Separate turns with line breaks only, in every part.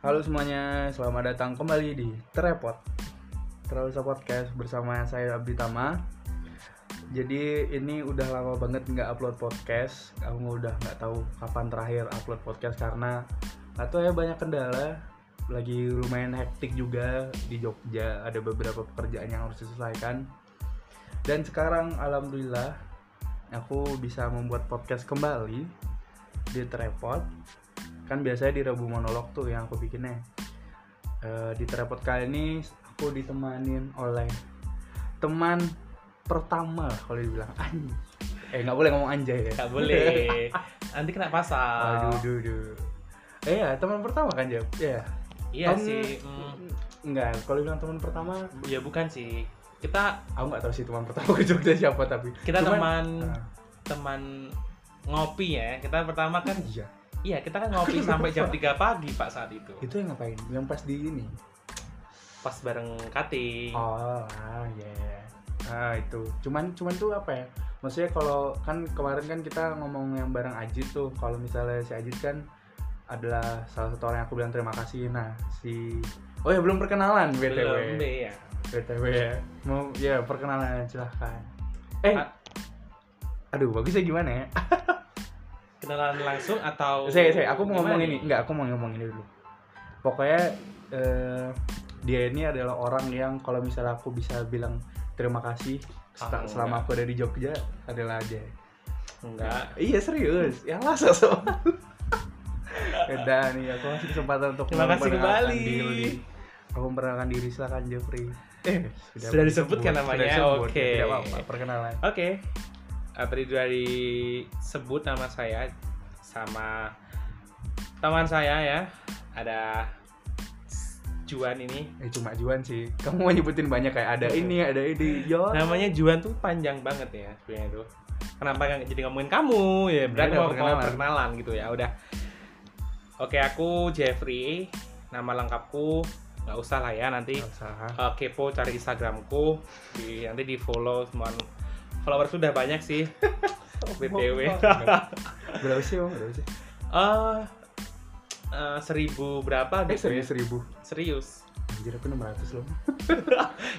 Halo semuanya, selamat datang kembali di Terepot Terlalu Podcast bersama saya Abdi Tama Jadi ini udah lama banget nggak upload podcast Aku udah nggak tahu kapan terakhir upload podcast karena Atau ya banyak kendala Lagi lumayan hektik juga di Jogja Ada beberapa pekerjaan yang harus diselesaikan Dan sekarang Alhamdulillah Aku bisa membuat podcast kembali Di Terepot kan biasanya di Rabu Monolog tuh yang aku bikinnya Eh, di terapot kali ini aku ditemanin oleh teman pertama lah kalau dibilang anjay eh nggak boleh ngomong anjay ya
Gak boleh. Nanti kena pasal.
aduh duh, duh. eh ya teman pertama kan Jeb ya
Iya
Kamu-
sih. mm,
enggak kalau bilang teman pertama
ya bukan sih. Kita
aku nggak tahu sih teman pertama ke Jogja siapa tapi
kita
Cuman-
teman
Ah,
teman ngopi ya. Kita pertama kan
iya
iya, kita kan ngopi sampai jam 3 pagi Pak saat itu.
itu yang ngapain yang pas di ini
Pas bareng cutting.
Oh, ah, ya. Ah, itu. Cuman cuman tuh apa ya? Maksudnya kalau kan kemarin kan kita ngomong yang bareng Ajit tuh, kalau misalnya si Ajit kan adalah salah satu orang yang aku bilang terima kasih. Nah, si Oh ya belum perkenalan BTW.
Belum deh ya.
BTW ya. Mau ya perkenalan silahkan. Eh.
A-
Aduh, bagusnya gimana ya?
Kenalan langsung atau
Saya saya aku mau
Oh, gimana
ngomong
nih?
ini. Enggak, aku mau ngomong ini dulu. Pokoknya eh, dia ini adalah orang yang kalau misalnya aku bisa bilang terima kasih seta-
Ah,
selama aku ada di Jogja adalah dia.
Enggak.
Iya serius, ya lah sosok. Udah nih, aku masih kesempatan untuk
Terima kasih
memperkenalkan
kembali.
diri. Aku memperkenalkan diri, silakan Jeffrey. Eh,
Sudah disebutkan namanya,
disebut, ya,
oke.
Tidak apa-apa, perkenalan.
Oke, eh, tadi dari sebut nama saya sama teman saya ya ada Juan ini.
Eh cuma Juan sih. Kamu mau nyebutin banyak kayak ada
Iya.
ini, ada ini. Yo.
Namanya Juan tuh panjang banget ya sebenarnya itu. Kenapa nggak jadi ngomongin kamu ya? Berarti
Udah,
mau
perkenalan.
perkenalan. perkenalan gitu ya. Udah. Oke, aku Jeffrey. Nama lengkapku nggak usah lah ya nanti
Usaha.
eh, kepo cari Instagramku di nanti di follow teman followers sudah banyak sih btw
Berapa sih, Bang? Berapa sih?
eh eh, seribu berapa
Eh,
gitu
serius
ya?
seribu.
serius
Anjir, aku 600 loh.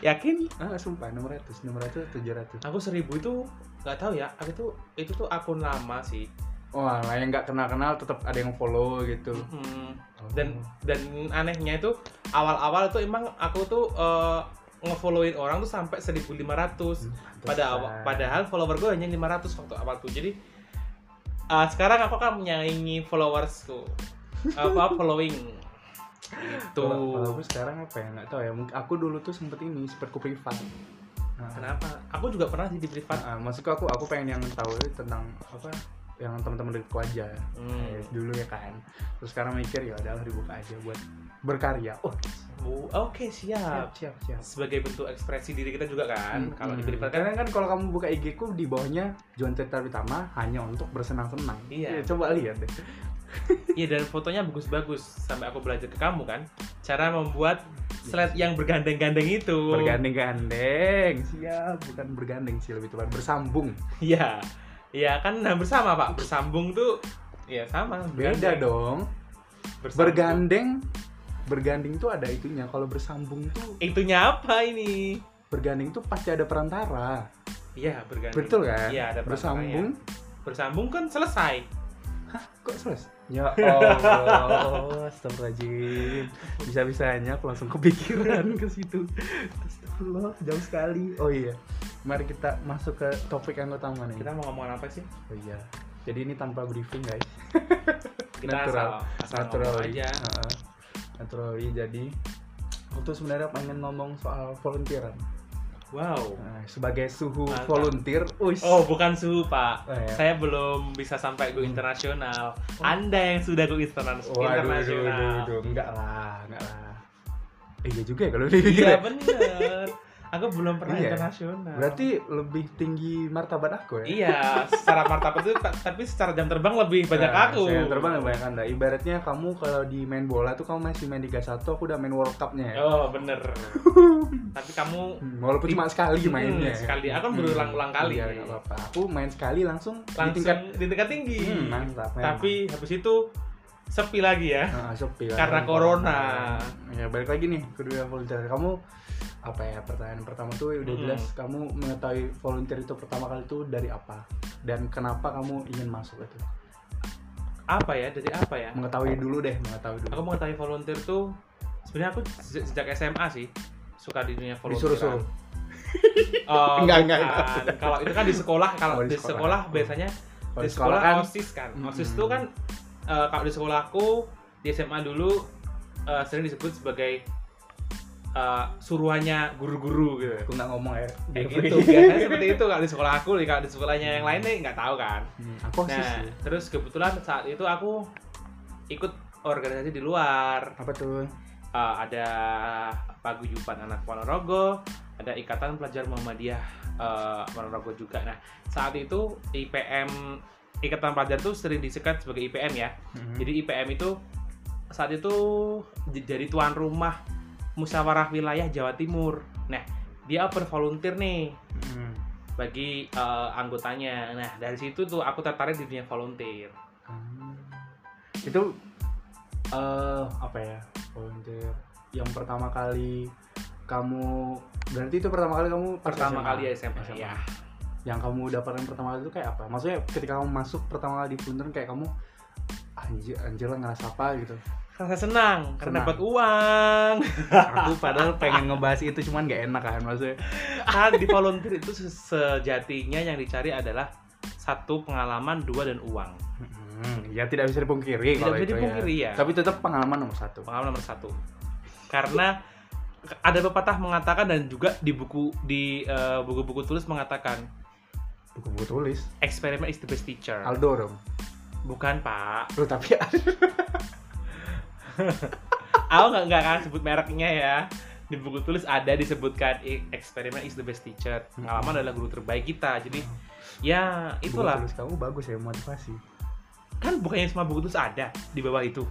yakin
Ah, sumpah 600, 600 700.
aku seribu itu nggak tahu ya aku tuh itu tuh akun lama sih
Wah, lah Oh, yang nggak kenal-kenal tetap ada yang follow gitu.
Mm-mm. dan
Oh.
dan anehnya itu awal-awal tuh emang aku tuh eh, ngefollowin orang tuh sampai
Hmm,
1500 pada awal, padahal follower gue hanya 500 waktu awal tuh jadi eh, sekarang aku akan menyaingi followersku apa following Gitu.
tuh kalau
itu
aku sekarang apa ya nggak tahu ya mungkin aku dulu tuh sempet ini sempet ku privat nah,
kenapa aku juga pernah sih di privat
ah, maksudku aku aku pengen yang tahu tentang apa yang teman-teman dekatku aja
Hmm.
Kayak dulu ya kan terus sekarang mikir ya adalah dibuka aja buat berkarya oh
Hmm. Bu- Oke siap.
siap siap siap
Sebagai bentuk ekspresi diri kita juga
Hmm,
kan. Kalau di Billboard kan
karena kan kalau kamu buka IG ku di bawahnya John Cerita Utama hanya untuk bersenang-senang
Iya.
Ya, coba lihat deh
iya dan fotonya bagus-bagus sampai aku belajar ke kamu kan. Cara membuat slide yang bergandeng-gandeng itu.
bergandeng-gandeng siap bukan bergandeng sih lebih tepat bersambung
Iya. Iya kan nah, bersama Pak. Bersambung tuh ya sama.
beda
bergandeng.
dong
Bersambung.
bergandeng berganding tuh ada itunya kalau bersambung tuh
Itunya apa ini?
berganding tuh pasti ada perantara
Iya, bergandeng.
betul kan
Iya, ada
bersambung
perantara, ya. Bersambung kan selesai.
kok selesai ya Allah astagfirullahaladzim bisa-bisanya aku langsung kepikiran ke situ astagfirullah jauh sekali oh iya mari kita masuk ke topik yang utama nih
Kita mau ngomongin apa sih?
oh iya jadi ini tanpa briefing guys
Kita
Natural. iya. Ah.
asal, asal natural
Naturally.
aja.
Heeh. Naturally, jadi aku tuh sebenarnya pengen ngomong soal volunteeran
Wow.
Nah, sebagai suhu
Mantap.
volunteer, ush.
Oh, bukan suhu,
Oh,
Pak.
ya.
Saya belum bisa sampai go internasional. Anda yang sudah go
Waduh,
interna-
aduh, aduh,
internasional.
aduh. enggak lah, enggak lah. Eh, iya juga ya kalau dipikir.
Iya
ya.
bener. Aku belum pernah
Iya.
internasional.
Berarti lebih tinggi martabat aku ya.
iya, secara martabat itu ta- tapi secara jam terbang lebih banyak
Nah,
aku.
saya Yang terbang yang banyak anda. Ibaratnya kamu kalau di main bola tuh kamu masih main Liga 1, aku udah main World Cup-nya ya.
Oh, bener. tapi kamu
Hmm, Walaupun cuma sekali
Hmm,
mainnya.
sekali. Aku kan
Hmm,
berulang-ulang kali.
Iya, enggak apa-apa. Aku main sekali langsung, di
langsung
tingkat nah,
di tingkat tinggi.
Hmm, mantap. memang.
tapi habis itu sepi lagi ya
Nah, sepi kan.
karena corona.
Ya balik lagi nih ke dunia volunteer. Kamu apa ya pertanyaan pertama tuh udah
Mm-mm.
jelas kamu mengetahui volunteer itu pertama kali itu dari apa dan kenapa kamu ingin masuk itu
apa ya dari apa ya
mengetahui dulu deh mengetahui dulu
aku mengetahui volunteer tuh sebenarnya aku se- sejak SMA sih suka di dunia volunteer
disuruh-suruh Enggak,
enggak
enggak,
enggak kalau itu kan di sekolah kalau
Oh, di
di
sekolah.
sekolah biasanya
Kalau
di sekolah kan osis kan osis
Mm-mm.
itu kan eh, kalau di sekolahku di SMA dulu eh, sering disebut sebagai eh, suruhannya guru-guru gitu
aku nggak ngomong ya
kayak
Jeffrey.
gitu biasanya seperti itu kalau di sekolah aku kalau di sekolahnya yang lain nih nggak tahu kan
Hmm, aku osis
nah
sih.
terus kebetulan saat itu aku ikut organisasi di luar
apa tuh
Eh, ada paguyuban anak Ponorogo ada ikatan pelajar Muhammadiyah eh, Ponorogo juga nah saat itu IPM ikatan pelajar itu sering disekat sebagai IPM ya
Hmm.
jadi IPM itu saat itu j- jadi tuan rumah musyawarah wilayah Jawa Timur nah dia open volunteer nih
Hmm.
bagi eh, anggotanya. Nah, dari situ tuh aku tertarik di dunia volunteer.
Hmm. itu eh apa ya volunteer yang pertama kali kamu berarti itu pertama kali kamu pas
Pertama
SMA? Iya.
kali ya SMA. Ya.
yang kamu dapatkan pertama kali itu kayak apa maksudnya ketika kamu masuk pertama kali di Punten kayak kamu anjir anjir lah ngerasa apa gitu
Rasa senang
Senang.
karena dapat uang.
aku padahal pengen ngebahas itu cuman gak enak kan maksudnya
Karena Kan di volunteer itu se- sejatinya yang dicari adalah satu pengalaman, dua dan uang.
Hmm, ya tidak bisa dipungkiri
Tidak
kalau itu
bisa
ya.
dipungkiri ya.
tapi tetap pengalaman nomor satu
Pengalaman nomor satu. Karena ada pepatah mengatakan dan juga di buku di eh, buku-buku tulis mengatakan
buku-buku tulis
eksperimen is the best teacher.
Aldo dong
Bukan Pak.
lu tapi
aku nggak nggak akan sebut mereknya ya di buku tulis ada disebutkan "E- eksperimen is the best teacher pengalaman adalah guru terbaik kita jadi ya
buku
itulah
tulis kamu bagus ya motivasi
kan bukannya semua buku tulis ada di bawah itu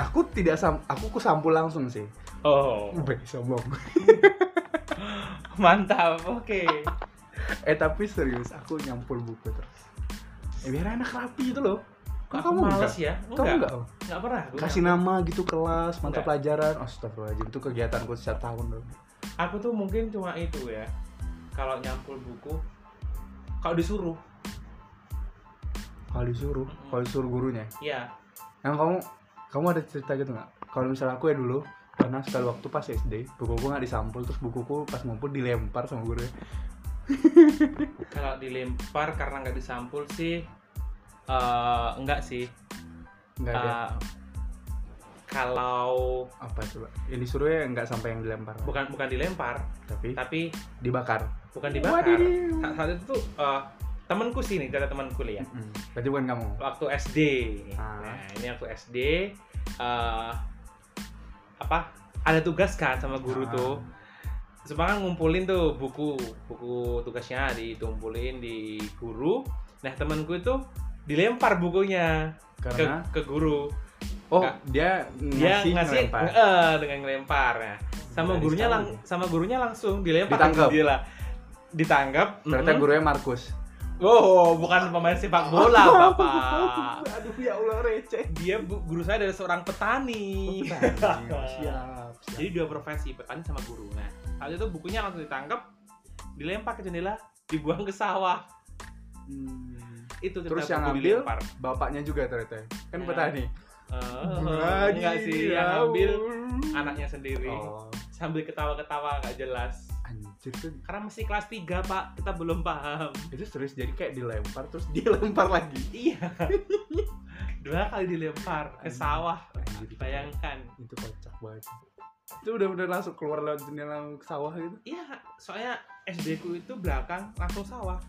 aku tidak sam aku ku sampul langsung sih
oh
Ube, sombong
mantap oke
eh tapi serius aku nyampul buku terus eh, biar enak rapi itu loh
Kok
Kok
aku males
enggak?
ya
kamu
enggak
enggak?
enggak pernah aku
kasih nama gitu kelas mata
Enggak.
pelajaran astagfirullahaladzim itu kegiatanku setiap tahun loh
aku tuh mungkin cuma itu ya kalau nyampul buku kalau disuruh
kalau disuruh kalau disuruh gurunya
ya
yang kamu kamu ada cerita gitu nggak kalau misalnya aku ya dulu pernah sekali waktu pas SD bukuku nggak disampul terus bukuku pas ngumpul dilempar sama ya. gurunya
kalau dilempar karena nggak disampul sih eh, enggak sih
nggak ada
Eh, kalau
apa coba yang disuruh ya nggak sampai yang dilempar
bukan bukan dilempar
tapi
tapi
dibakar
bukan dibakar
Wadidiw.
Sa- saat itu tuh eh, temanku sih nih ada temanku ya
Mm-mm. berarti bukan kamu
waktu SD
Ah.
nah ini waktu SD eh, apa ada tugas kan sama guru
Ah.
tuh Cuma kan ngumpulin tuh buku buku tugasnya ditumpulin di guru nah temanku itu dilempar bukunya ke,
karena
ke guru
oh
Nggak.
dia
dia
ngasih,
ngasih
ngelempar.
eh, dengan ngelempar ya. sama
Dari
gurunya
sekali
lang- sama gurunya langsung dilempar
Ditangkap.
dia lah ditangkap
ternyata
mm-mm.
gurunya Markus
oh bukan pemain sepak bola bapak
aduh ya Allah receh
dia bu- guru saya dari seorang petani
siap, siap.
jadi dua profesi petani sama guru nah saat itu bukunya langsung ditangkap dilempar ke jendela dibuang ke sawah
Hmm.
itu
Terus yang
cerita buku
ambil?
dilempar
Bapaknya juga ternyata kan
Nah.
petani.
oh, enggak sih yang ambil anaknya sendiri
Ya Oh,
sambil ketawa-ketawa nggak jelas
anjir tuh
karena masih kelas 3 pak kita belum paham
itu serius jadi kayak dilempar terus dilempar lagi.
iya dua kali dilempar ke sawah
Anjir, itu-
bayangkan
itu kocak banget. Itu udah bener langsung keluar lewat jendela ke sawah gitu.
iya soalnya SD ku itu belakang langsung sawah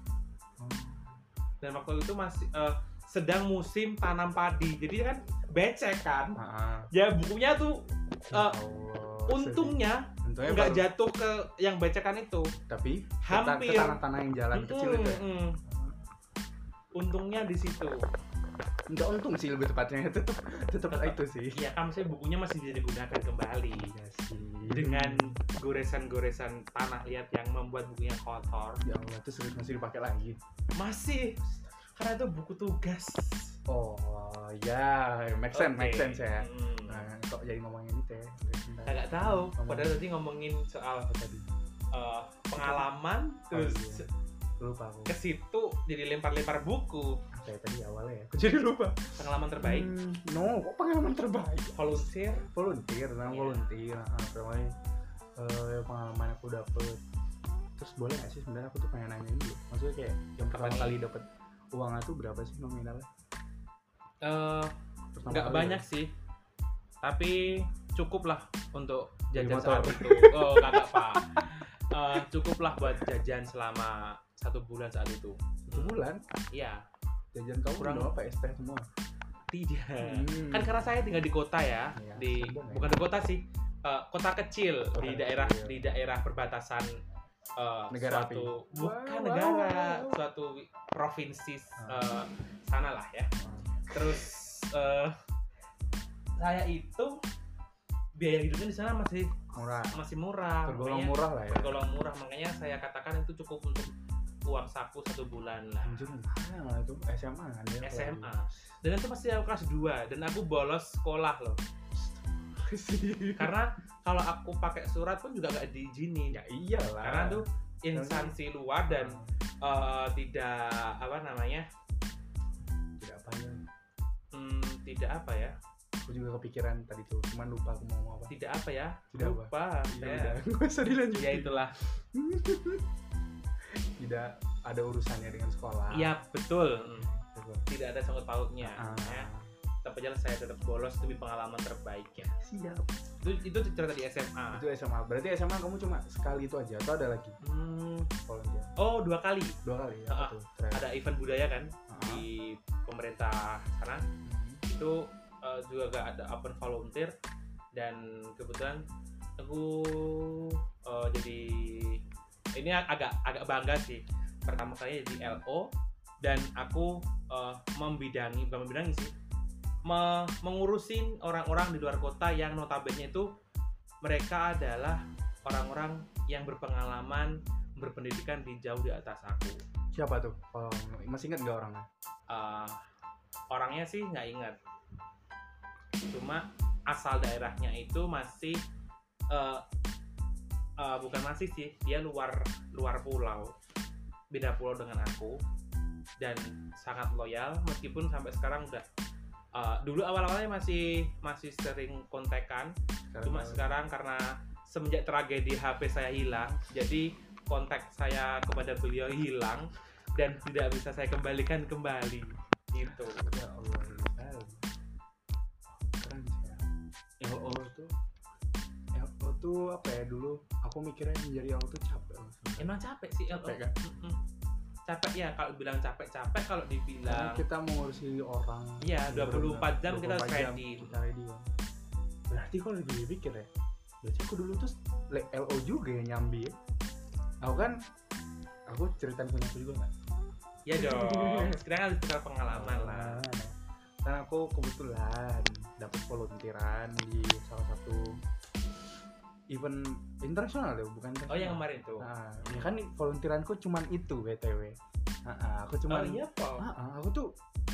Hmm. dan waktu itu masih eh, sedang musim tanam padi jadi kan becek kan
Heeh.
ya bukunya tuh
Ya
Eh,
Allah,
untungnya
sedih. untungnya
nggak
baru-
jatuh ke yang becekan itu
tapi ke ta- ke
Hampir.
tanah-tanah yang jalan kecil itu. ya.
Mm-mm. untungnya di situ
Enggak untung sih lebih tepatnya tetap tetap itu sih.
iya kan maksudnya bukunya masih bisa digunakan kembali
Iya sih.
dengan goresan-goresan tanah liat yang membuat bukunya kotor
ya Allah itu serius masih dipakai lagi.
masih karena itu buku tugas
Oh ya, make sense, make
Oke.
sense ya.
Hmm.
Nah, kok jadi ngomongin itu ya? Bentar.
kagak tahu
Ngomongin-
padahal tadi ngomongin soal
apa tadi?
eh, pengalaman terus
iya. Lupa aku.
ke situ jadi lempar-lempar buku
Apa ya tadi awalnya ya? Aku jadi lupa.
pengalaman terbaik
Hmm, no, kok pengalaman terbaik?
volunteer
volunteer tentang
Iya.
volunteer ah, terutama eh, pengalaman aku dapet terus boleh gak sih sebenarnya aku tuh pengen nanya dulu maksudnya kayak yang
Apa
pertama
nih?
kali dapet uangnya tuh berapa sih nominalnya
Eh,
Pertama
nggak
kali
banyak
ya?
sih tapi cukup lah untuk
Beli
jajan
motor.
saat itu oh kagak pak Eh, cukup lah buat jajan selama satu bulan saat itu
satu bulan
iya
jajan kamu
Kurang.
kurang apa es teh semua
tidak
Hmm.
kan karena saya tinggal di kota ya
Iya,
di
sombong ya.
bukan di kota sih eh, kota kecil
Kota
di
kecil.
daerah di daerah perbatasan eh,
Negara
suatu
api.
bukan
Wow,
negara
wow.
suatu wi- provinsi
Ah.
eh, sana lah ya terus eh, saya itu biaya hidupnya di sana masih
murah
masih murah
tergolong
makanya-
murah lah ya
tergolong murah makanya saya katakan itu cukup untuk uang saku satu bulan lah
anjir mahal lah itu SMA kan ya
SMA. dan itu pasti aku kelas 2 dan aku bolos sekolah loh
Iya.
karena kalau aku pakai surat pun juga nggak diizinin
ya iyalah
karena tuh instansi luar dan eh, tidak apa namanya
tidak apa ya
hmm, tidak apa ya
aku juga kepikiran tadi tuh cuman lupa aku mau ngomong apa
tidak apa ya
Tidak apa.
lupa
ya
saya.
udah gak usah dilanjutin
ya itulah
tidak ada urusannya dengan sekolah
iya betul Hmm.
Gitu.
tidak ada sangkut pautnya
Ah,
ya. tapi jalan saya tetap bolos demi pengalaman terbaik ya
siap
itu itu cerita di SMA
itu SMA berarti SMA kamu cuma sekali itu aja atau ada lagi
Hmm,
volunteer
oh dua kali
dua kali ya
Ah,
Apa tuh Keren.
ada event budaya kan
Ah,
di pemerintah sana
hmm.
itu eh, juga gak ada open volunteer dan kebetulan aku eh, jadi ini ag- agak agak bangga sih pertama kali jadi LO dan aku eh, membidangi bukan membidangi sih me- mengurusin orang-orang di luar kota yang notabene itu mereka adalah orang-orang yang berpengalaman berpendidikan di jauh di atas aku
siapa tuh kalau masih ingat nggak orangnya
Eh, orangnya sih nggak ingat cuma asal daerahnya itu masih eh, eh, bukan masih sih dia luar luar pulau beda pulau dengan aku dan sangat loyal meskipun sampai sekarang udah eh, dulu awal-awalnya masih masih sering kontekan
Sekarang
cuma
tahu.
sekarang karena semenjak tragedi HP saya hilang jadi kontak saya kepada beliau hilang dan tidak bisa saya kembalikan kembali gitu
ya Allah keren. keren sih ya. LO tuh LO tuh apa ya dulu aku mikirnya menjadi LO tuh capek loh sebenarnya.
emang capek sih El
Capek kan?
Mm-mm. capek ya kalau bilang capek capek kalau
karena
dibilang
kita mengurusi orang
Nah. Iya,
yang
24 jam kita
24 jam
ready.
kita ready ya. berarti kalau dipikir-pikir ya berarti aku dulu tuh le- LO juga ya nyambi ya. aku kan aku ceritain punya aku juga kan
ya dong sekarang harus kita pengalaman lah
kan aku kebetulan dapat volunteeran di salah satu event internasional ya bukan
oh
internasional.
yang kemarin tuh
nah, ya kan volunteeranku cuman itu btw Ah, ah, aku
oh
cuman
iya Paul
Ah, ah, aku tuh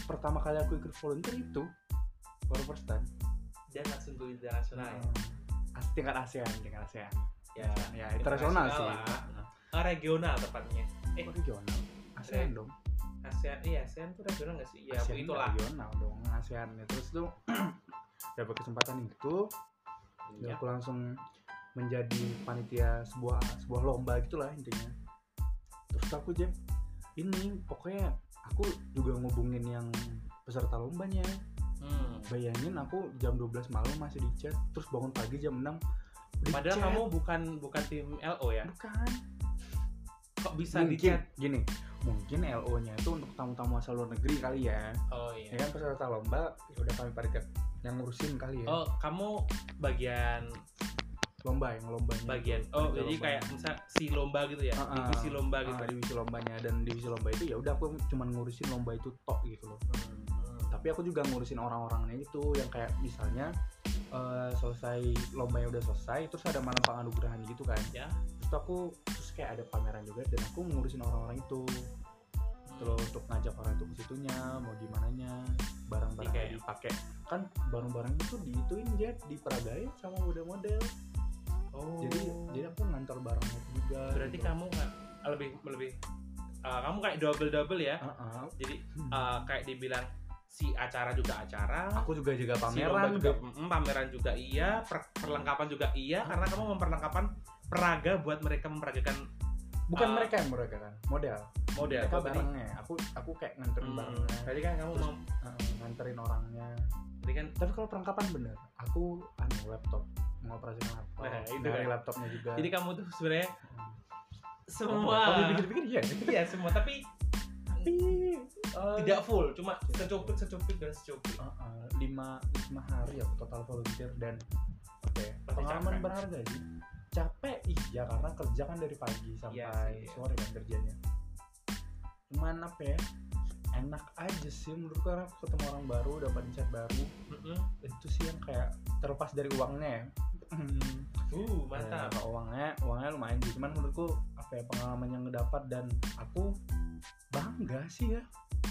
pertama kali aku ikut volunteer itu baru first time.
dan langsung ke internasional
Ah.
ya.
As tingkat ASEAN, tingkat ASEAN.
ya
ya internasional sih.
lah. Oh, regional tepatnya Eh.
Kok regional? ASEAN dong.
ASEAN iya ASEAN tuh regional nggak sih ya
ASEAN iya.
itulah
Regional dong, ASEAN. Ya, Terus tuh dapat kesempatan itu, dan
Iya.
aku langsung menjadi panitia sebuah sebuah lomba gitulah intinya. Terus aku jam ini pokoknya aku juga ngubungin yang peserta lombanya
Hmm.
bayangin aku jam 12 malam masih di chat terus bangun pagi jam 6 di
Padahal
chat.
kamu bukan bukan tim LO ya?
bukan
Kok bisa di
mungkin
chat?
gini mungkin LO nya itu untuk tamu-tamu asal luar negeri kali ya
Oh
ya
iya.
kan peserta lomba ya udah kami panitia yang ngurusin kali ya
Oh, kamu bagian
lomba yang lombanya
bagian.
itu,
Oh,
panitia
jadi
lomba.
kayak misal si lomba gitu ya.
Ah, ah.
Divisi lomba
Ah,
gitu.
divisi lombanya dan divisi lomba itu ya udah aku cuman ngurusin lomba itu tok gitu loh
Hmm, hmm.
tapi aku juga ngurusin orang-orangnya itu yang kayak misalnya eh, selesai lomba yang udah selesai terus ada malam penganugerahan gitu kan
Ya.
terus tuh aku terus kayak ada pameran juga dan aku ngurusin orang-orang itu terus untuk ngajak orang itu ke situnya mau gimana nya barang-barang
Kayak
yang dipakai kan barang-barang itu diituin jet diperagain sama model-model
oh
jadi jadi aku ngantor barangnya juga
berarti
gitu.
kamu nggak lebih lebih eh, kamu kayak double double ya
Heeh.
jadi
Hmm.
eh, kayak dibilang si acara juga acara
aku juga jaga
si lomba
pameran
juga mm, pameran juga iya per- perlengkapan juga iya
Ah.
karena kamu memperlengkapan peraga buat mereka memperagakan
bukan
Ah.
mereka yang mereka kan model
model
mereka
Tuh, tadi
barangnya aku aku kayak nganterin
Hmm,
barangnya
tadi kan kamu
Terus-
mau
Heeh, Eh, nganterin orangnya
tadi kan
tapi kalau perlengkapan bener aku anu laptop mengoperasikan laptop
Nah, itu
dari
kan.
laptopnya juga
jadi kamu tuh sebenarnya
Hmm.
semua
Kalau dipikir-pikir iya
iya semua tapi
Eh,
tidak full cuma secuplik secuplik dan secuplik
eh, eh, lima lima hari aku total volunteer dan apa ya,
Pasti
pengalaman
capek.
berharga sih capek iya karena kerja kan dari pagi sampai
Iya sih, iya.
sore kan kerjanya cuman apa ya enak aja sih menurut karena aku ketemu orang baru dapat insight baru
Mm-mm.
itu sih yang kayak terlepas dari uangnya ya Hmm.
uh
Eh,
mantap
kalau uangnya uangnya lumayan sih cuman menurutku apa ya pengalaman yang ngedapat dan aku bangga sih ya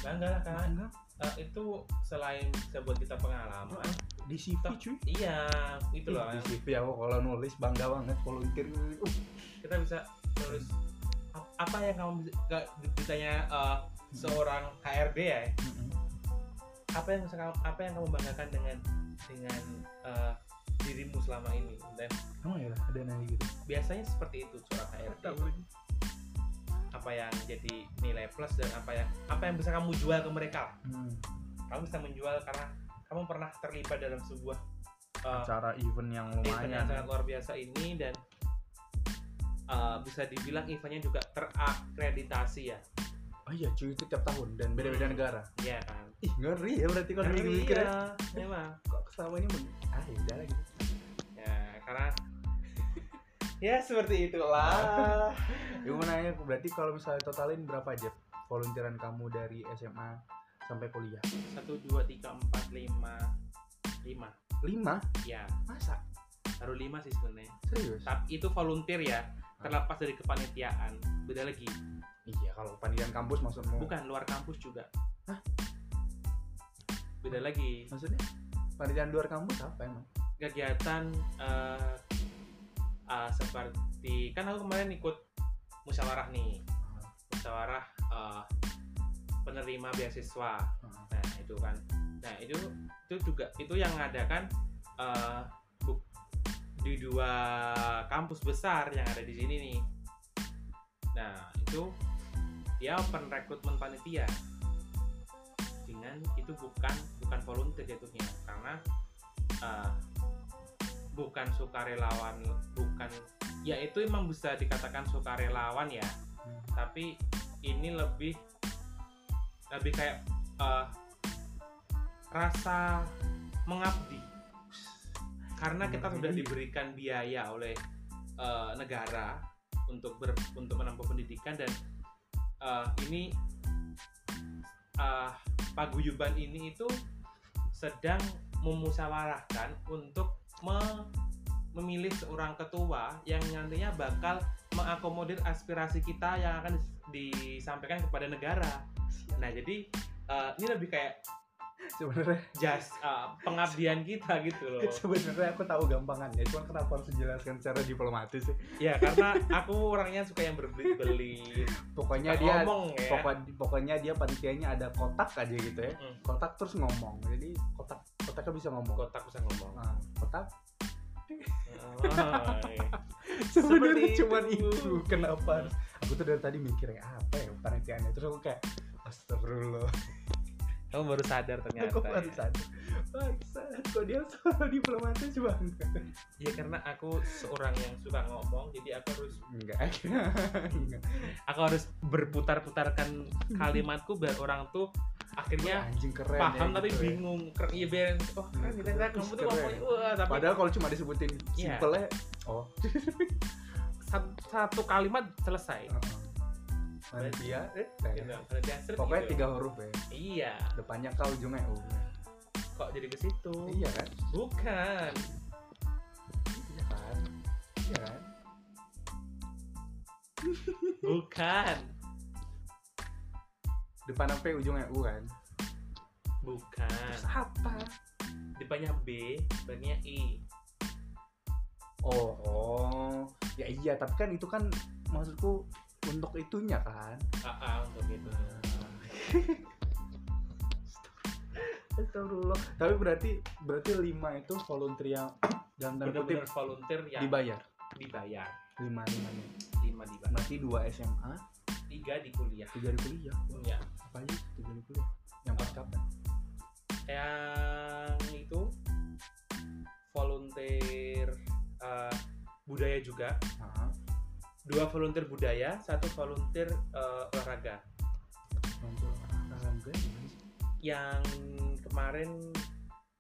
bangga lah kan
bangga
Eh, itu selain bisa buat kita pengalaman
di CV
Tetap
cuy
iya itu
Ih,
loh yang
di CV aku kalau nulis bangga banget volunteer uh,
kita bisa terus ap- apa yang kamu bisa nggak ditanya eh, seorang KRD ya
mm-mm.
apa yang bisa kamu apa yang kamu banggakan dengan dengan eh, dirimu selama ini dan
emang ya ada nanya gitu
biasanya seperti itu seorang HRD apa yang jadi nilai plus dan apa yang apa yang bisa kamu jual ke mereka
Hmm,
kamu bisa menjual karena kamu pernah terlibat dalam sebuah eh,
acara event yang
event yang
lumayan
sangat luar biasa ini dan eh, bisa dibilang eventnya juga terakreditasi ya
oh iya cuy itu tiap tahun dan beda-beda
Hmm.
negara
iya kan
ih ngeri ya berarti kalau
Ngeri
mikir ya
ya, memang
kok selama ini men- ah ya udah lah gitu
ya karena ya seperti itulah
ya mau nanya berarti kalau misalnya totalin berapa aja volunteeran kamu dari SMA sampai kuliah
satu dua tiga empat lima lima
lima
ya
masa
baru lima sih sebenarnya
serius
tapi itu volunteer ya terlepas dari kepanitiaan beda lagi
Iya kalau pendidikan kampus maksudmu
bukan luar kampus juga
Hah?
beda lagi
Maksudnya pendidikan luar kampus apa emang?
kegiatan eh, eh, seperti kan aku kemarin ikut musyawarah nih
Ah,
musyawarah eh, penerima beasiswa
Hmm.
nah itu kan nah itu itu juga itu yang mengadakan eh, bu- di dua kampus besar yang ada di sini nih nah itu dia open recruitment panitia dengan itu bukan bukan volunteer jatuhnya karena eh, bukan sukarelawan bukan ya itu emang bisa dikatakan sukarelawan ya
Hmm.
tapi ini lebih lebih kayak eh, rasa mengabdi karena kita
Mengabdi.
sudah diberikan biaya oleh eh, negara untuk ber, untuk menempuh pendidikan dan eh, ini eh, paguyuban ini itu sedang memusyawarahkan untuk me- memilih seorang ketua yang nantinya bakal mengakomodir aspirasi kita yang akan dis- disampaikan kepada negara. Nah, jadi eh, ini lebih kayak
Sebenarnya
just eh, pengabdian kita gitu loh.
sebenarnya aku tahu gampangannya, cuman kenapa harus dijelaskan secara diplomatis sih?
Ya, karena aku orangnya suka yang berbeli-beli.
Pokoknya
Suka
dia
ngomong ya.
pokok- pokoknya dia panitianya ada kotak aja gitu ya.
Mm,
Kotak terus ngomong. Jadi kotak kotaknya bisa ngomong.
kotak bisa ngomong.
Nah, kotak
Ah, iya.
sebenarnya
Seperti
cuman
itu.
itu. Kenapa? harus- Aku tuh dari tadi mikir ya, apa ya panitianya. Terus aku kayak Astagfirullah,
Kamu baru sadar ternyata.
aku
ya.
baru sadar. Bangsat, Kok dia soal diplomatis banget?
Ya karena aku seorang yang suka ngomong, jadi aku harus
Enggak, enggak.
aku harus berputar-putarkan kalimatku biar orang tuh akhirnya
anjing keren
paham
ya,
tapi
gitu ya.
bingung. Keren, iya biar oh keren
Hmm,
gitu kan kamu tuh
keren.
ngomongnya wah tapi
padahal kalau cuma disebutin
Iya.
simpelnya oh
satu, satu kalimat selesai.
Panitia eh,
Gitu.
teh.
Kalau dia sering
pokoknya
gitu.
tiga huruf ya
Iya,
depannya kau ujungnya u
kok jadi ke situ?
iya kan
Bukan.
iya kan iya kan
Bukan.
depan P ujungnya U kan
Bukan.
terus apa
Depannya B, depannya I.
oh oh ya iya tapi kan itu kan maksudku untuk itunya kan
AA untuk itu.
Astagfirullah. tapi berarti berarti lima itu volunteer yang dalam tanda kutip
Bener-bener volunteer yang
dibayar
dibayar.
lima limanya
Lima dibayar.
berarti dua SMA
Tiga di kuliah.
tiga di kuliah Wah,
Ya.
apa aja tiga di kuliah yang pas kapan
Yang itu volunteer eh, budaya juga.
ah
Dua volunteer budaya, satu volunteer eh, olahraga.
untuk olahraga gimana sih?
Yang kemarin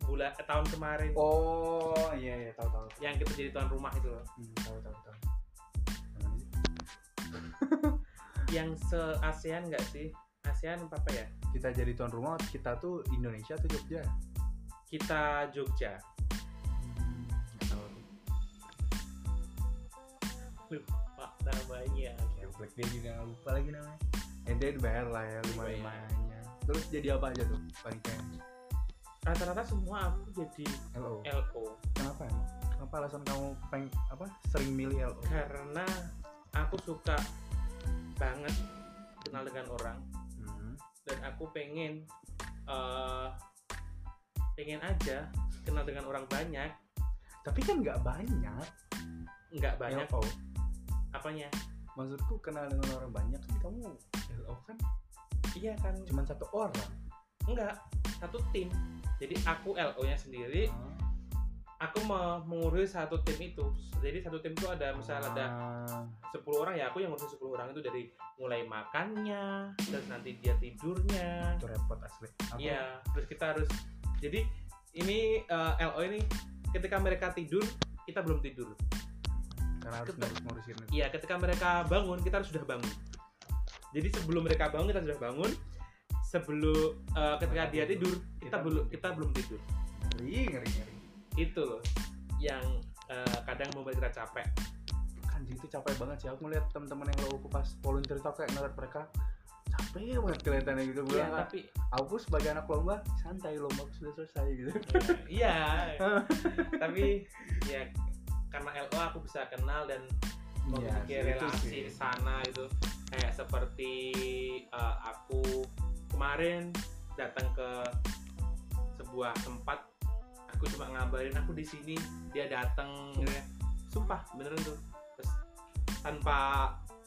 bulan eh, tahun kemarin
oh iya iya tahu tahu
yang kita jadi tuan rumah itu loh.
hmm, tahu tahu tahu Gimana sih?
Yang se ASEAN nggak sih? ASEAN apa ya?
kita jadi tuan rumah kita tuh Indonesia atau Jogja
Kita Jogja.
Hmm, Nggak tahu tuh.
Pak namanya.
Geblek dia Ya, juga nggak lupa lagi namanya eh dia dibayar lah ya lima limanya terus jadi apa aja tuh panitia
Rata-rata semua aku jadi
LO
LO
kenapa emang kenapa alasan kamu peng apa sering milih LO
karena aku suka banget kenal dengan orang
hmm.
dan aku pengen eh, pengen aja kenal dengan orang banyak,
tapi kan nggak banyak
nggak banyak
LO
apanya.
maksudku kenal dengan orang banyak kan kamu LO kan
Iya kan?
cuma satu orang
Enggak, satu tim. Jadi aku LO-nya sendiri, aku me- mengurusi satu tim itu. Jadi satu tim itu ada misalnya ada
Ah.
10 orang ya aku yang ngurusin 10 orang itu dari mulai makannya terus nanti dia tidurnya
itu repot asli Aku-
iya terus kita harus jadi ini eh, LO ini ketika mereka tidur kita belum tidur
karena harus
Ketem-
ngurus ngurusin itu
iya ketika mereka bangun kita harus sudah bangun jadi sebelum mereka bangun kita sudah bangun sebelum eh, ketika
Mereka
dia
tidur.
tidur kita
Kita
belum
belum
kita
tidur.
belum tidur
ngeri ngeri ngeri
itu loh yang eh, kadang membuat kita capek
kan itu capek banget sih aku ngeliat teman-teman yang lo pas volunteer itu aku kayak ngeliat mereka capek banget kelihatannya gitu gue
iya
bilang,
tapi
aku sebagai anak lomba santai lomba aku sudah selesai gitu
iya tapi ya karena LO aku bisa kenal dan memiliki
Iya,
relasi di sana gitu kayak seperti eh, aku kemarin datang ke sebuah tempat aku cuma ngabarin aku di sini dia datang gitu ya sumpah beneran tuh Terus, tanpa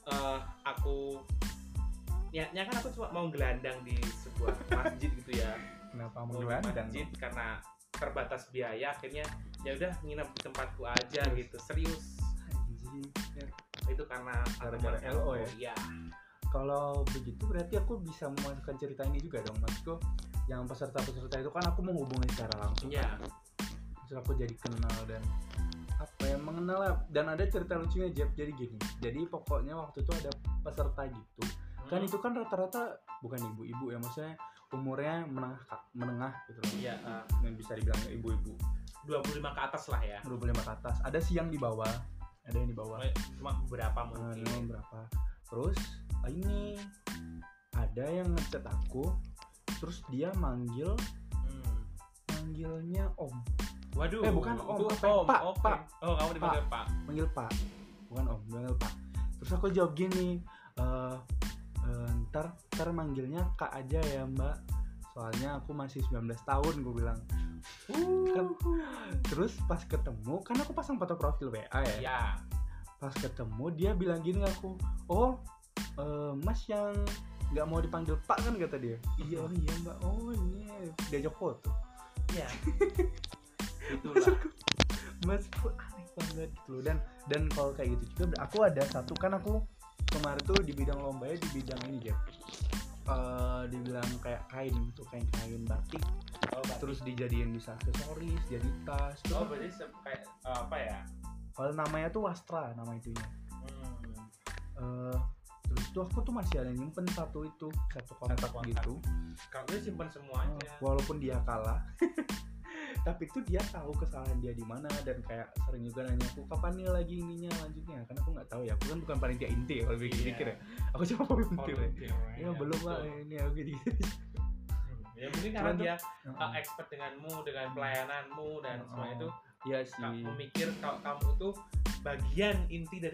eh, aku niatnya kan aku cuma mau gelandang di sebuah masjid gitu ya
kenapa
mau
mau
ke
gelandang
masjid karena terbatas biaya akhirnya ya udah nginep di tempatku aja
Terus.
gitu serius
Anjing. Ya,
itu karena aku
Gara-gara
merasa,
LO
oh,
ya?
iya
kalau begitu berarti aku bisa memasukkan cerita ini juga dong maksudku yang peserta-peserta itu kan aku menghubungi secara langsung
iya
terus aku jadi kenal dan apa ya mengenal lah. dan ada cerita lucunya Jeff jadi gini jadi pokoknya waktu itu ada peserta gitu kan
Hmm.
itu kan rata-rata bukan ibu-ibu ya maksudnya umurnya menengah ka- menengah gitu loh
iya eh,
yang bisa dibilang ibu-ibu
25 ke atas lah ya
25 ke atas ada siang di bawah ada yang di bawah
cuma beberapa
Eh,
mungkin
memang berapa terus ah, ini ada yang ngechat aku terus dia manggil
Hmm.
manggilnya om
waduh
Eh, bukan, Om.
Itu
Apa ya? Pak,
oke.
Pak.
oh kamu dipanggil pak
manggil pak bukan om manggil pak terus aku jawab gini eh eh, ntar ntar manggilnya kak aja ya mbak soalnya aku masih 19 tahun gue bilang Kan- terus pas ketemu kan aku pasang foto profil WA ya
iya
pas ketemu dia bilang gini ke aku oh eh, mas yang nggak mau dipanggil pak kan kata dia iya oh iya mbak oh iya diajak foto
iya itulah
maksudku maksudku aneh banget gitu loh. dan dan kalau kayak gitu juga aku ada satu kan aku kemarin tuh di bidang lomba ya di bidang ini ya Eh dibilang kayak kain tuh kain kain batik
oh, berarti-
terus dijadiin bisa aksesoris jadi tas
oh
tuh
berarti se- kayak eh, apa ya
kalau namanya tuh wastra nama itunya
hmm.
Eh terus tuh aku tuh masih ada yang nyimpen satu itu satu kotak
kotak.
gitu
kamu simpan semuanya
walaupun dia kalah tapi tuh dia tahu kesalahan dia di mana dan kayak sering juga nanya aku kapan nih lagi ininya lanjutnya karena aku nggak tahu ya aku kan bukan panitia inti ya kalau pikir-pikir ya aku cuma volunteer ya
Volunteer,
ya belum
Iya. Oh, betul.
pak ini aku gini
ya mungkin karena
Cuman
dia uh,
Heeh.
expert denganmu dengan pelayananmu dan
Heeh.
semuanya itu
Hmm. Iya sih
kamu mikir kalau kamu tuh bagian inti dari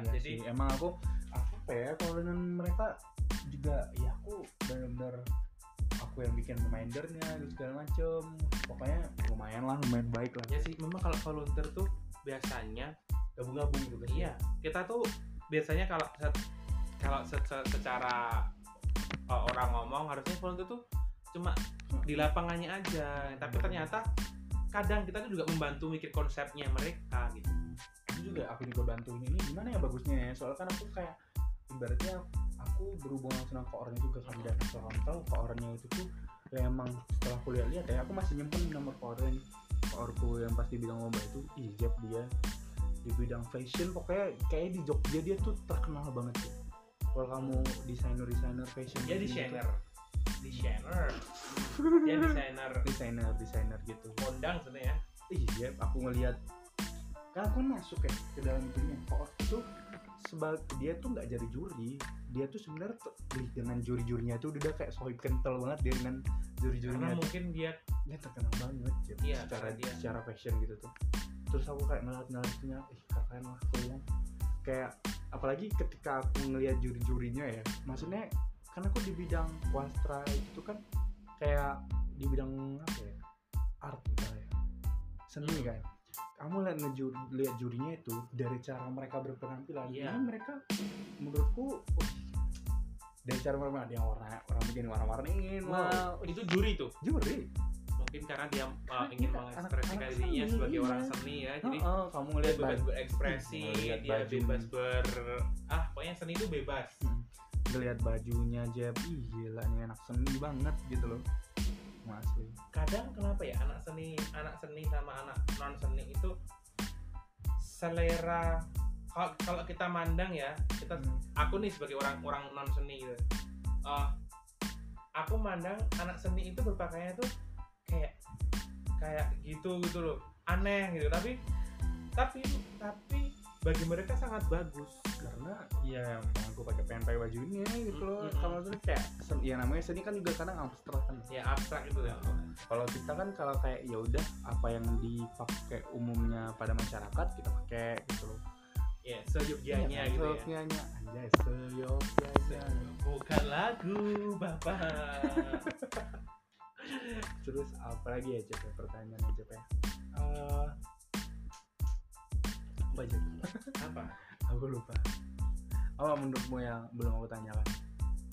Iya
Nah, jadi
sih, emang aku apa ya kalau dengan mereka juga ya aku benar-benar aku yang bikin remindernya gitu segala macem pokoknya lumayan lah lumayan baik lah
ya sih memang kalau volunteer tuh biasanya
gabung-gabung gitu kan
iya kita tuh biasanya kalau se- kalau se- se- secara uh, orang ngomong harusnya volunteer tuh cuma di lapangannya
Hmm.
aja tapi ternyata kadang kita tuh juga membantu mikir konsepnya mereka gitu
aku juga aku juga bantuin ini gimana ya bagusnya ya soalnya kan aku kayak ibaratnya aku berhubung langsung ke orang juga kan dan setelah aku tahu ke orangnya itu tuh ya emang setelah aku lihat-lihat ya aku masih nyimpen nomor ke orang Ke orangku yang pasti bidang lomba itu ijab dia di bidang fashion pokoknya kayak di Jogja dia tuh terkenal banget sih kalau kamu desainer desainer fashion
dia
gitu,
Ya, desainer desainer dia desainer
desainer desainer gitu
kondang sebenarnya
iya aku ngelihat kan aku masuk ya ke dalam itunya kok tuh sebab dia tuh nggak jadi juri dia tuh sebenarnya tuh- ih, dengan juri-jurinya tuh udah kayak sohib kental banget dia dengan
karena
juri-jurinya
mungkin dia
dia terkenal banget ya,
Iya,
secara
karena dia-
secara fashion gitu tuh terus aku kayak ngeliat ngeliatnya ih keren lah aku bilang. kayak apalagi ketika aku ngeliat juri-jurinya ya maksudnya karena aku di bidang sastra itu kan kayak di bidang apa ya art misalnya ya. seni
Hmm.
kan kamu lihat ngejuri lihat jurinya itu dari cara mereka berpenampilan
Iya.
ini mereka menurutku uh, dari cara mereka ada yang warna orang bikin warna-warniin
Wow.
wow.
itu juri tuh
juri
mungkin karena dia uh,
Karena
ingin
kita
mengekspresikan
anak-anak
dirinya
seni,
sebagai
iya.
orang seni ya jadi
Heeh, kamu
dia
ngeliat
bebas
baju,
berekspresi
Ngeliat
dia
baju.
bebas ber ah pokoknya seni itu bebas
ngeliat bajunya Jeb, ih gila nih anak seni banget gitu loh. Emang Asli.
kadang kenapa ya anak seni anak seni sama anak non seni itu selera kalau kalau kita mandang ya kita
Hmm,
aku nih sebagai orang orang non seni gitu eh, aku mandang anak seni itu berpakaiannya tuh kayak kayak gitu gitu loh aneh gitu tapi tapi tapi bagi mereka sangat bagus
Karena ya emang aku pakai pengen pakai bajunya gitu loh.
Mm-mm.
Kalau itu kayak sen- ya namanya seni kan juga kadang abstrak kan.
ya abstrak gitu loh
Kalau kita kan kalau kayak ya udah apa yang dipakai umumnya pada masyarakat kita pakai gitu loh.
ya
Iya,
seyogyanya gitu ya
Seyogyanya. Anjay, iya, seyogyanya.
bukan lagu bapak
Terus apa lagi ya Jeb? ya? Pertanyaan aja ya.
Eh,
Apa Jeb?
apa
Aku lupa. Apa menurutmu yang belum aku tanyakan?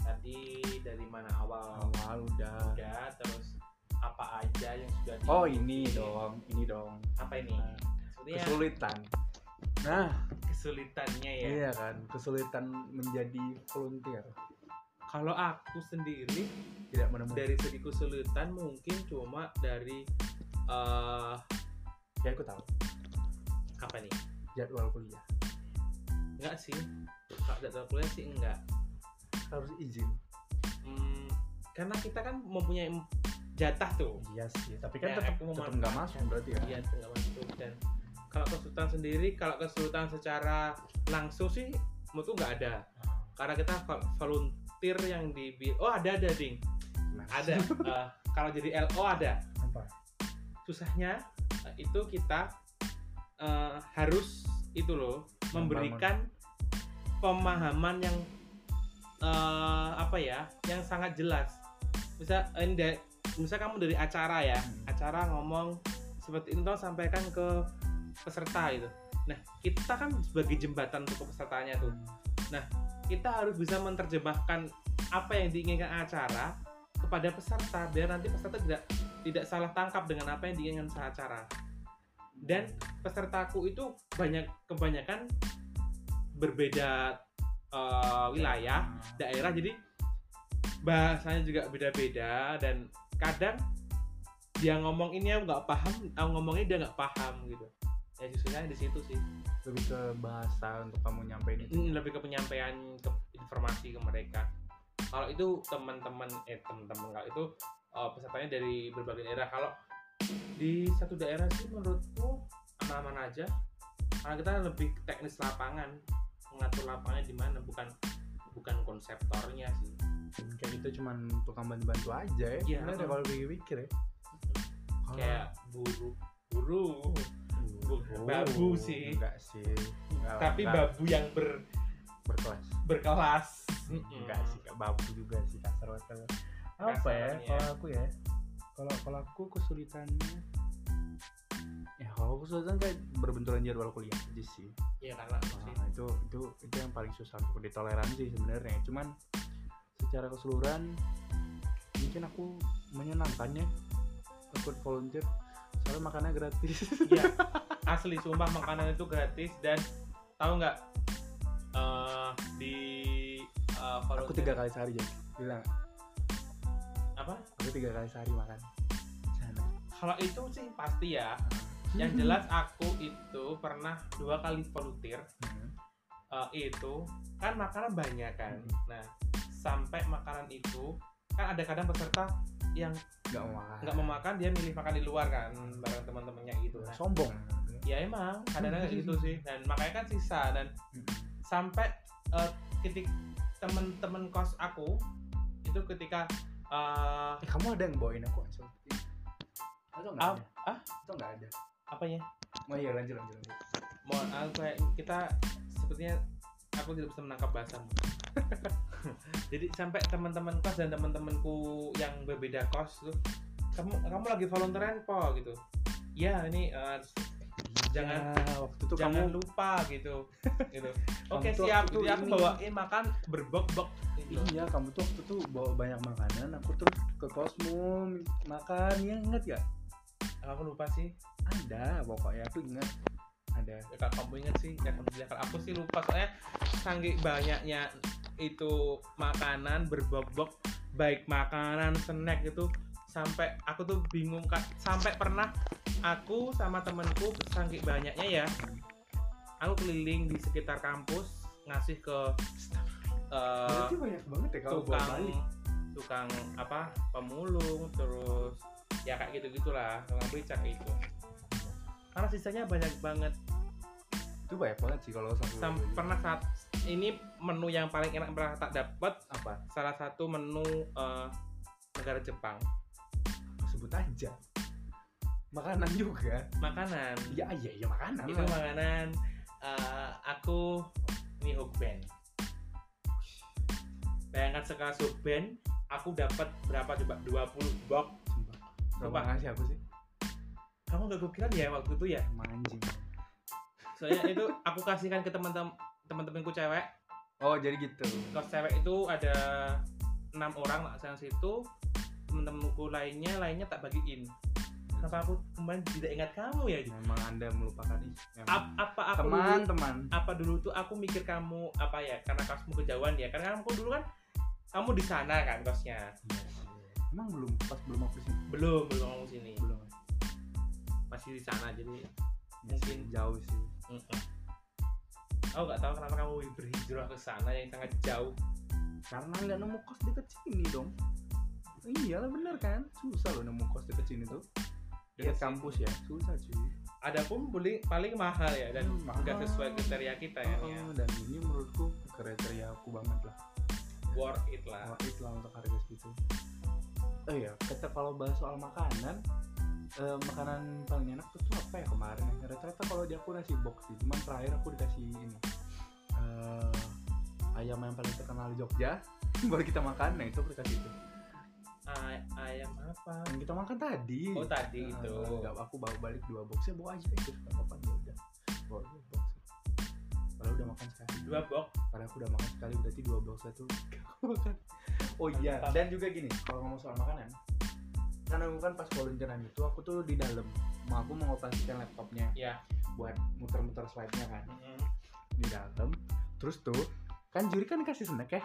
tadi dari mana awal
Awal udah.
udah terus apa aja yang sudah di
Oh ini dong, ini dong.
apa ini
Nah,
Sebenarnya
Kesulitan. Nah,
kesulitannya ya
iya kan, kesulitan menjadi volunteer
kalau aku sendiri
tidak menemukan.
dari segi kesulitan mungkin cuma dari eh
Ya aku tahu
apa nih
jadwal kuliah
enggak sih kalau jadwal kuliah sih enggak
harus izin.
Hmm, karena kita kan mempunyai jatah tuh
Iya sih, tapi kan
Ya,
tetap tetap
aku memanfaatkan.
nggak masuk berarti ya.
iya enggak masuk dan kalau kesulitan sendiri kalau kesulitan secara langsung sih menurutku nggak ada karena kita vol- volunteer yang di oh ada ada ding
Nah,
ada Eh, kalau jadi LO ada
Apa?
susahnya eh, itu kita eh, harus itu loh memberikan pemahaman yang eh, apa ya yang sangat jelas misal eh, ini da- misal kamu dari acara ya
Hmm.
acara ngomong seperti itu sampaikan ke peserta itu nah kita kan sebagai jembatan untuk pesertanya tuh kita harus bisa menerjemahkan apa yang diinginkan acara kepada peserta biar nanti peserta tidak tidak salah tangkap dengan apa yang diinginkan saat acara dan pesertaku itu banyak kebanyakan berbeda eh, wilayah daerah jadi bahasanya juga beda-beda dan kadang dia ngomong ini aku nggak paham aku ngomongnya dia nggak paham gitu ya susahnya di situ sih
lebih ke bahasa untuk kamu nyampein itu.
ini lebih ke penyampaian ke informasi ke mereka kalau itu teman-teman eh teman-teman kalau itu eh, pesertanya dari berbagai daerah kalau di satu daerah sih menurutku aman-aman aja karena kita lebih ke teknis lapangan mengatur lapangannya di mana bukan bukan konseptornya sih
kayak gitu cuman tukang bantu-bantu aja ya
Hmm. Iya.
Bener ya kalau pikir-pikir ya Kalau-
kayak buru buru bu-
Oh,
babu sih.
enggak sih Enggak lah,
tapi
Hmm. enggak
babu yang ber,
berkelas
berkelas
Hmm,
Hmm.
enggak sih enggak babu juga sih kasar banget kalau- apa
Kasar
ya
ya.
kalau aku ya kalau kalau aku kesulitannya ya kalau aku kesulitan kayak berbenturan jadwal kuliah aja sih
ya karena itu sih.
Nah, itu itu itu yang paling susah untuk ditoleransi sebenarnya. Cuman secara keseluruhan mungkin aku menyenangkannya ikut volunteer soalnya makannya gratis.
Iya, asli sumpah makanan itu gratis dan tahu nggak eh, di eh,
aku
volunteer-
tiga kali sehari jadi bilang
apa
aku tiga kali sehari makan. Sana.
kalau itu sih pasti ya yang jelas aku itu pernah dua kali volunteer
Hmm.
eh, itu kan makanan banyak kan
Mhm.
nah sampai makanan itu kan ada kadang peserta yang
nggak mau makan.
nggak memakan dia milih makan di luar kan bareng teman-temannya gitu nah,
Sombong.
ya emang kadang-kadang kayak
Hmm.
gitu sih dan makanya kan sisa dan Hmm. sampai eh, ketik temen-temen kos aku itu ketika eh
Eh, kamu ada yang bawain aku asal? Atau nggak
Ah,
ada?
ah?
Atau nggak ada?
apa ya
Oh iya lanjut lanjut lanjut.
mohon maaf kayak kita sepertinya aku tidak bisa menangkap bahasamu jadi sampai teman-teman kos dan teman-temanku yang berbeda kos tuh kamu kamu lagi volunteeran po gitu ya ini eh, Jangan-
Ya, waktu itu
jangan
kamu
lupa gitu gitu oke
tuh
siap
waktu
jadi
itu
aku
ini.
bawain makan berbok-bok gitu.
Iya, kamu tuh waktu tuh bawa banyak makanan, aku terus ke kosmo makan, ya inget gak?
aku lupa sih
Ada, pokoknya aku inget ada.
ya, kalau kamu inget sih ya alhamdulillah kalau aku sih lupa soalnya sanggih banyaknya itu makanan berbobok baik makanan snack itu sampai aku tuh bingung kan sampai pernah aku sama temenku sanggih banyaknya ya aku keliling di sekitar kampus ngasih ke eh,
Berarti banyak banget ya kalau bawa
tukang
balik.
tukang apa pemulung terus ya kayak gitu gitulah tukang becak itu karena sisanya banyak banget
Itu banyak banget sih kalau satu.
Sam- pernah saat ini menu yang paling enak yang pernah tak dapat
apa?
salah satu menu eh, negara Jepang
Sebut aja. Makanan juga.
makanan
Iya, iya, iya makanan.
itu makanan eh, aku mie hokben bayangkan sekali sub ben aku dapat berapa coba 20
Sumpah.
box
Sumpah
Sumpah.
ngasih aku sih.
kamu nggak kepikiran ya waktu itu ya
Emang anjing.
soalnya itu aku kasihkan ke teman-teman teman-temanku cewek
Oh, jadi gitu.
kos cewek itu ada enam orang lah sayang situ temen-temenku lainnya lainnya tak bagiin kenapa aku kemarin tidak ingat kamu ya
Memang Anda melupakan ih, memang.
Ap- apa aku dulu-
Teman-teman.
apa dulu tuh aku mikir kamu apa ya karena kamu kejauhan ya karena kamu dulu kan kamu di sana kan kosnya
Iya, iya. Emang belum pas belum aku sih.
belum belum kamu sini
Belum.
masih di sana jadi
Mungkin
Mungkin.
jauh sih.
mm-mm. aku nggak tahu kenapa kamu berhijrah ke sana yang sangat jauh
karena nggak nemu kos deket sini dong iyalah bener kan susah loh nemu kos deket sini tuh deket
Deket sini.
kampus ya susah cuy
ada pun beli paling mahal ya dan
Hmm, mahal.
nggak sesuai kriteria kita kan, ya
Oh, dan ini menurutku kriteria aku banget lah
worth it lah
worth it lah untuk harga segitu oh iya kata kalau bahas soal makanan eh, makanan paling enak tuh, tuh apa ya kemarin ya? rata-rata kalau di aku nasi box sih cuman terakhir aku dikasih ini eh, ayam yang paling terkenal di Jogja baru kita makan nah itu aku dikasih itu
Ay- ayam apa?
yang kita makan tadi
Oh tadi itu.
Nah, enggak, aku bawa balik dua boxnya bawa aja itu sudah kapan ya udah bawa dua box padahal udah makan sekali
Dua box.
padahal aku udah makan sekali berarti dua box itu gak aku makan oh iya
Mantap.
dan juga gini kalau ngomong soal makanan karena aku kan pas volunteeran itu aku tuh di dalam Mak aku mengoperasikan laptopnya
Iya.
buat muter-muter slide-nya kan
Hmm.
di dalam terus tuh kan juri kan dikasih snack ya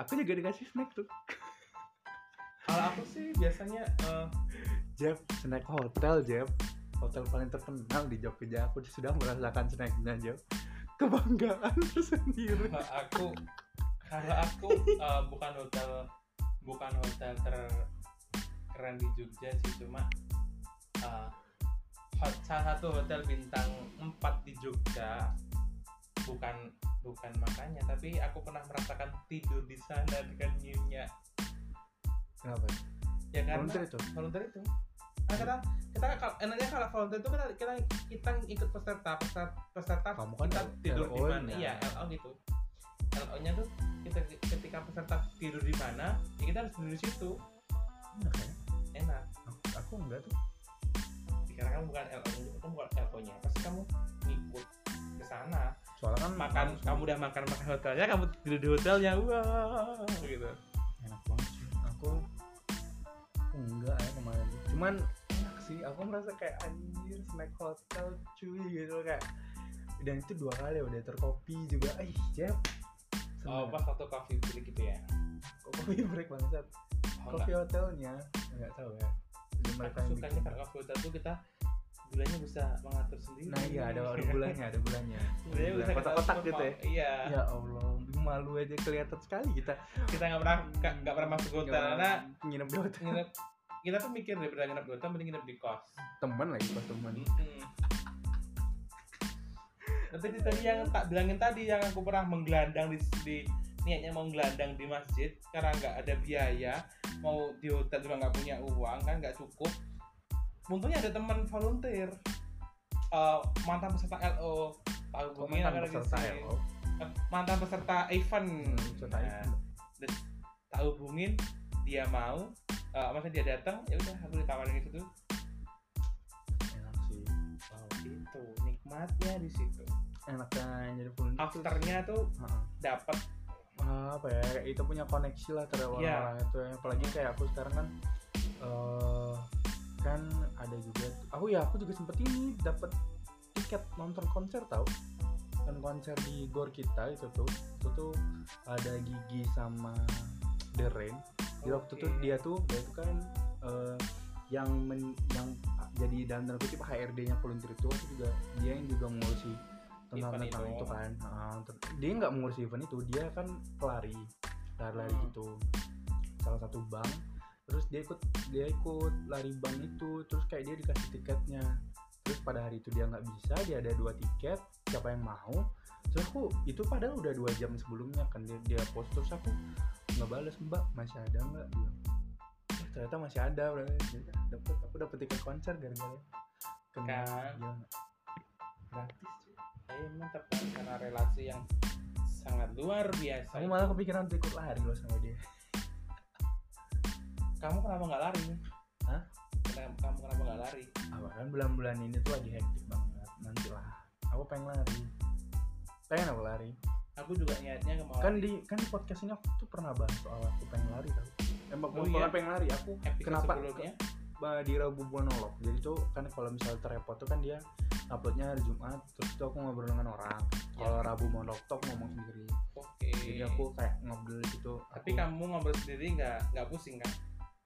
aku juga dikasih snack tuh
Kalau aku sih biasanya eh,
Jeff, snack hotel Jeff Hotel paling terkenal di Jogja Aku sudah merasakan snacknya Jeff Kebanggaan tersendiri
kalau aku kalau aku eh, bukan hotel bukan hotel ter keren di Jogja sih cuma eh, hot- salah satu hotel bintang 4 di Jogja bukan bukan makanya tapi aku pernah merasakan tidur di sana dengan nyenyak
Kenapa?
ya karena
Volunteer itu.
volunteer itu nah, kita kita kalau- enaknya kalau volunteer itu kita kita kita ikut peserta peserta peserta
Kamu kan
kita
L-
tidur di
LO
mana
-nya.
iya LO gitu LO nya tuh kita ketika peserta tidur di mana ya kita harus tidur di situ
Enak ya?
enak
Aku, aku enggak tuh.
karena kamu bukan LO nya kamu bukan LO nya pasti kamu ngikut ke sana
Soalnya kan
makan kamu udah makan makan hotelnya kamu tidur di hotelnya wah gitu
enak banget sih. Aku enggak ya kemarin. tuh. Cuman enak sih. Aku merasa kayak anjir snack hotel cuy gitu kayak dan itu dua kali ya, udah terkopi juga. Ih, Jep.
oh pas waktu coffee break gitu ya
kopi break banget.
oh,
Kopi hotelnya enggak tahu ya. Jadi mereka
aku
yang
sukanya
bikin.
karena waktu itu tuh kita bulannya bisa mengatur sendiri
Nah iya ada ada bulannya, ada bulannya.
bulannya bisa kita
Kotak-kotak
atur
gitu ya.
mau- iya
Ya Allah, malu aja kelihatan sekali kita.
kita nggak pernah nggak nggak pernah masuk hotel karena
nginep di hotel.
nginep kita tuh mikir daripada nginep di hotel mending nginep di kos
Teman lagi pas teman.
Mm-mm. tapi itu tadi yang tak bilangin tadi yang aku pernah menggelandang di, di niatnya mau menggelandang di masjid karena nggak ada biaya mau di hotel juga nggak punya uang kan nggak cukup untungnya ada teman volunteer Eh, mantan peserta LO Pak Hubungi
Komentar Oh,
agar
peserta
gisi.
ya, Hmm,
Eh, mantan peserta event
peserta
Nah,
event.
terus tak hubungin dia mau eh masa dia datang ya udah aku ditawarin itu tuh
enak sih
wow itu nikmatnya di situ
enaknya jadi volunteer tuh-
afternya tuh
Heeh.
dapat
apa ya kayak itu punya koneksi lah terhadap
Iya.
orang-orang itu ya. apalagi kayak aku sekarang kan eh kan ada juga aku ya aku juga sempet ini dapat tiket nonton konser tau nonton konser di gor kita itu tuh itu tuh ada gigi sama The Rain di waktu itu dia tuh dia tuh kan eh, yang men- yang jadi dalam tanda kutip HRD-nya volunteer itu waktu juga dia yang juga mengurusi tentang
Event
tentang
itu.
itu kan Nah, ter- dia nggak mengurusi event itu dia kan pelari lari-lari
Hmm.
gitu salah satu bank terus dia ikut dia ikut lari bank itu terus kayak dia dikasih tiketnya terus pada hari itu dia nggak bisa dia ada dua tiket siapa yang mau terus aku itu padahal udah dua jam sebelumnya kan dia dia post terus aku nggak balas mbak masih ada nggak dia "Eh, ternyata masih ada berarti dapet aku dapet tiket konser gara-gara kenal
Kan.
dia gratis cuy.
saya mantap banget Iya, karena relasi yang sangat luar biasa
aku malah kepikiran untuk ikut lari loh sama dia
kamu kenapa nggak lari
Hah?
Kenapa- kamu kenapa nggak lari
apa kan bulan-bulan ini tuh lagi hektik banget nanti lah aku pengen lari pengen aku lari
aku juga niatnya mau
kan di kan di podcast ini aku tuh pernah bahas soal aku pengen lari tau emang
Oh,
bukan
iya.
pengen lari aku
episode
kenapa-
sebelumnya
eh, di Rabu monolog jadi tuh kan kalau misalnya terrepot tuh kan dia uploadnya hari Jumat terus tuh aku ngobrol dengan orang kalau Rabu monolog tuh aku ngomong sendiri
Ya. oke
jadi aku kayak ngobrol gitu
tapi
aku-
kamu ngobrol sendiri nggak nggak pusing kan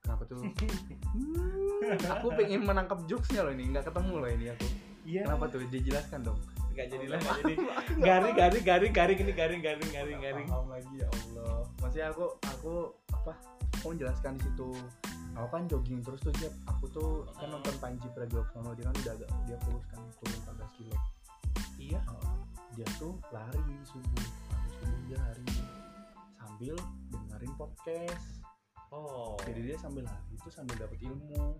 kenapa tuh Hmm, aku pengen menangkap jokesnya loh ini nggak ketemu loh ini aku
iya
kenapa tuh dijelaskan dong
nggak jadi
Oh,
lah
nggak
nggak jadi garing garing garing garing ini garing garing garing
Nggak
garing
paham lagi ya Allah maksudnya aku aku apa aku menjelaskan di situ aku kan jogging terus tuh Jep aku tuh kan
Heeh.
nonton Panji Pragiwaksono dia kan udah agak dia kurus kan turun 14 kilo
iya
Eh, dia tuh lari subuh habis subuh dia lari sambil dengerin podcast
oh
jadi dia sambil lari itu sambil dapet ilmu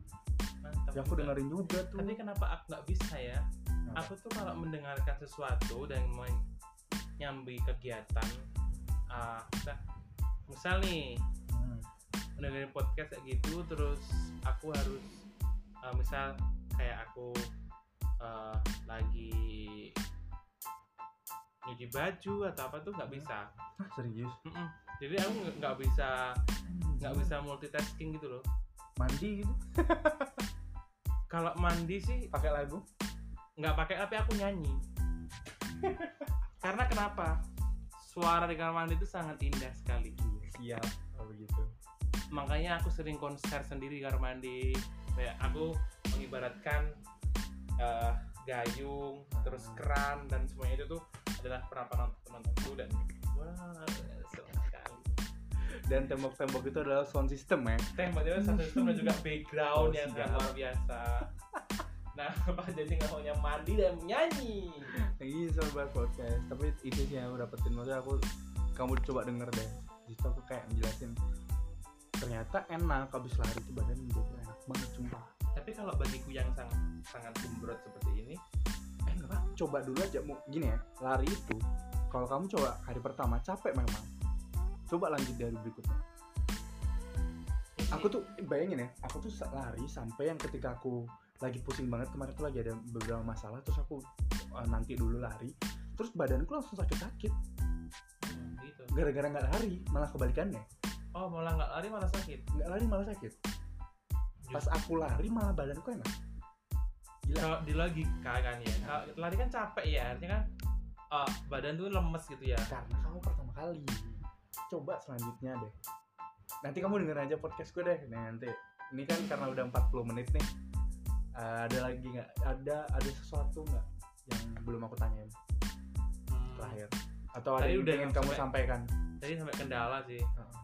mantap
ya aku dengerin juga tuh Nah,
tapi kenapa aku nggak bisa ya
Kenapa?
aku tuh kalau mendengarkan sesuatu dan men- nyambi kegiatan ah, kita misal nih
Hmm.
mendengarkan podcast kayak gitu terus aku harus ah, misal kayak aku ah, lagi nyuci baju atau apa tuh nggak bisa
Hah, Ah, serius
Mm-mm. jadi aku nggak- nggak bisa nggak bisa multitasking gitu loh
mandi gitu
kalau mandi sih
pakai lagu
nggak pakai tapi aku nyanyi karena kenapa suara di kamar mandi itu sangat indah sekali
Iya, siap kalau begitu
makanya aku sering konser sendiri di kamar mandi kayak aku mengibaratkan eh, gayung terus keran dan semuanya itu tuh adalah perampanan penontonku dan wah senang sekali
dan tembok-tembok itu adalah sound system ya
temboknya satu sistem dan juga background
Oh,
yang
Siap.
sangat luar biasa Nah, Pak Janji nggak maunya mandi dan nyanyi.
lagi sobat podcast tapi itu sih yang aku dapetin maksudnya aku kamu coba denger deh justru aku kayak ngejelasin ternyata enak habis lari tuh badan menjadi enak banget sumpah
Tapi kalau bagiku yang sang, sangat gembrot seperti ini, eh nggak apa
coba dulu aja mau gini ya lari itu kalau kamu coba hari pertama capek memang coba lanjut dari berikutnya aku tuh bayangin ya aku tuh sa- lari sampai yang ketika aku lagi pusing banget kemarin tuh lagi ada beberapa masalah terus aku eh, nanti dulu lari terus badanku langsung sakit-sakit
Hmm, gitu.
gara-gara nggak lari malah kebalikannya
Oh, malah nggak lari malah sakit.
nggak lari malah sakit pas aku lari malah badanku enak Gila.
Kalau di logika kan ya, kalau lari kan capek ya, artinya kan eh, badan tuh lemes gitu ya.
karena kamu pertama kali coba selanjutnya deh nanti kamu dengerin aja podcast gue deh Nah, nanti ini kan karena udah 40 menit nih Eh, ada lagi nggak ada ada sesuatu nggak yang belum aku tanyain
Hmm,
terakhir atau ada
Tadi
yang
udah
pengen
yang
kamu
sampai-
sampaikan
Tadi sampai kendala sih.
Heeh.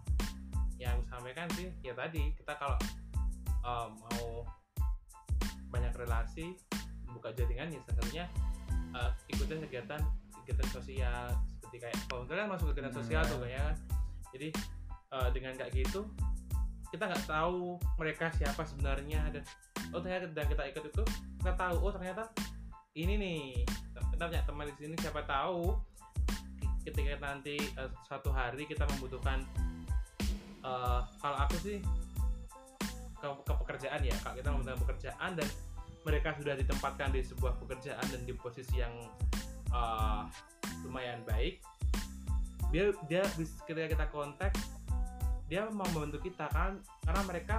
yang aku sampaikan sih ya tadi kita kalau eh, mau banyak relasi buka jaringan ya salah satunya eh, ikutin kegiatan kegiatan sosial seperti kayak kalau kalian masuk kegiatan
Hmm.
sosial tuh kayaknya kan jadi eh, dengan kayak gitu kita nggak tahu mereka siapa sebenarnya dan oh ternyata dan kita ikut itu kita tahu oh ternyata ini nih kita punya teman di sini siapa tahu ketika nanti eh, suatu hari kita membutuhkan eh, kalau aku sih ke, ke pekerjaan ya kak kita membutuhkan pekerjaan dan mereka sudah ditempatkan di sebuah pekerjaan dan di posisi yang eh, lumayan baik dia dia bis- ketika kita kontak dia mau membantu kita kan karena mereka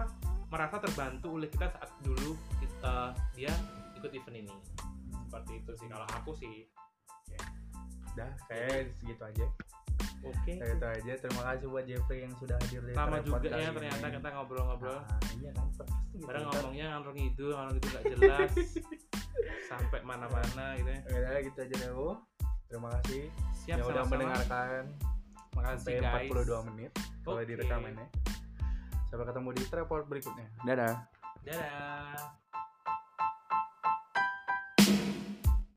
merasa terbantu oleh kita saat dulu kita dia ikut event ini seperti itu sih kalau aku sih
udah kayak segitu aja
oke
segitu aja terima kasih buat Jeffrey yang sudah hadir di
lama
Tripod
juga
kali
ya
ini.
ternyata kita ngobrol-ngobrol
Ah, iya kan podcast tuh gitu.
Padahal ngomongnya ngalor ngidul, ngalor ngidul gak jelas Sampai mana-mana gitu ya
Udah, gitu aja deh Bu. terima kasih
Siap
yang udah
sama-sama.
mendengarkan
Makasih
sampai
guys
42 menit kalau ya.
Oke.
direkamannya. Sampai ketemu di report berikutnya. Dadah.
Dadah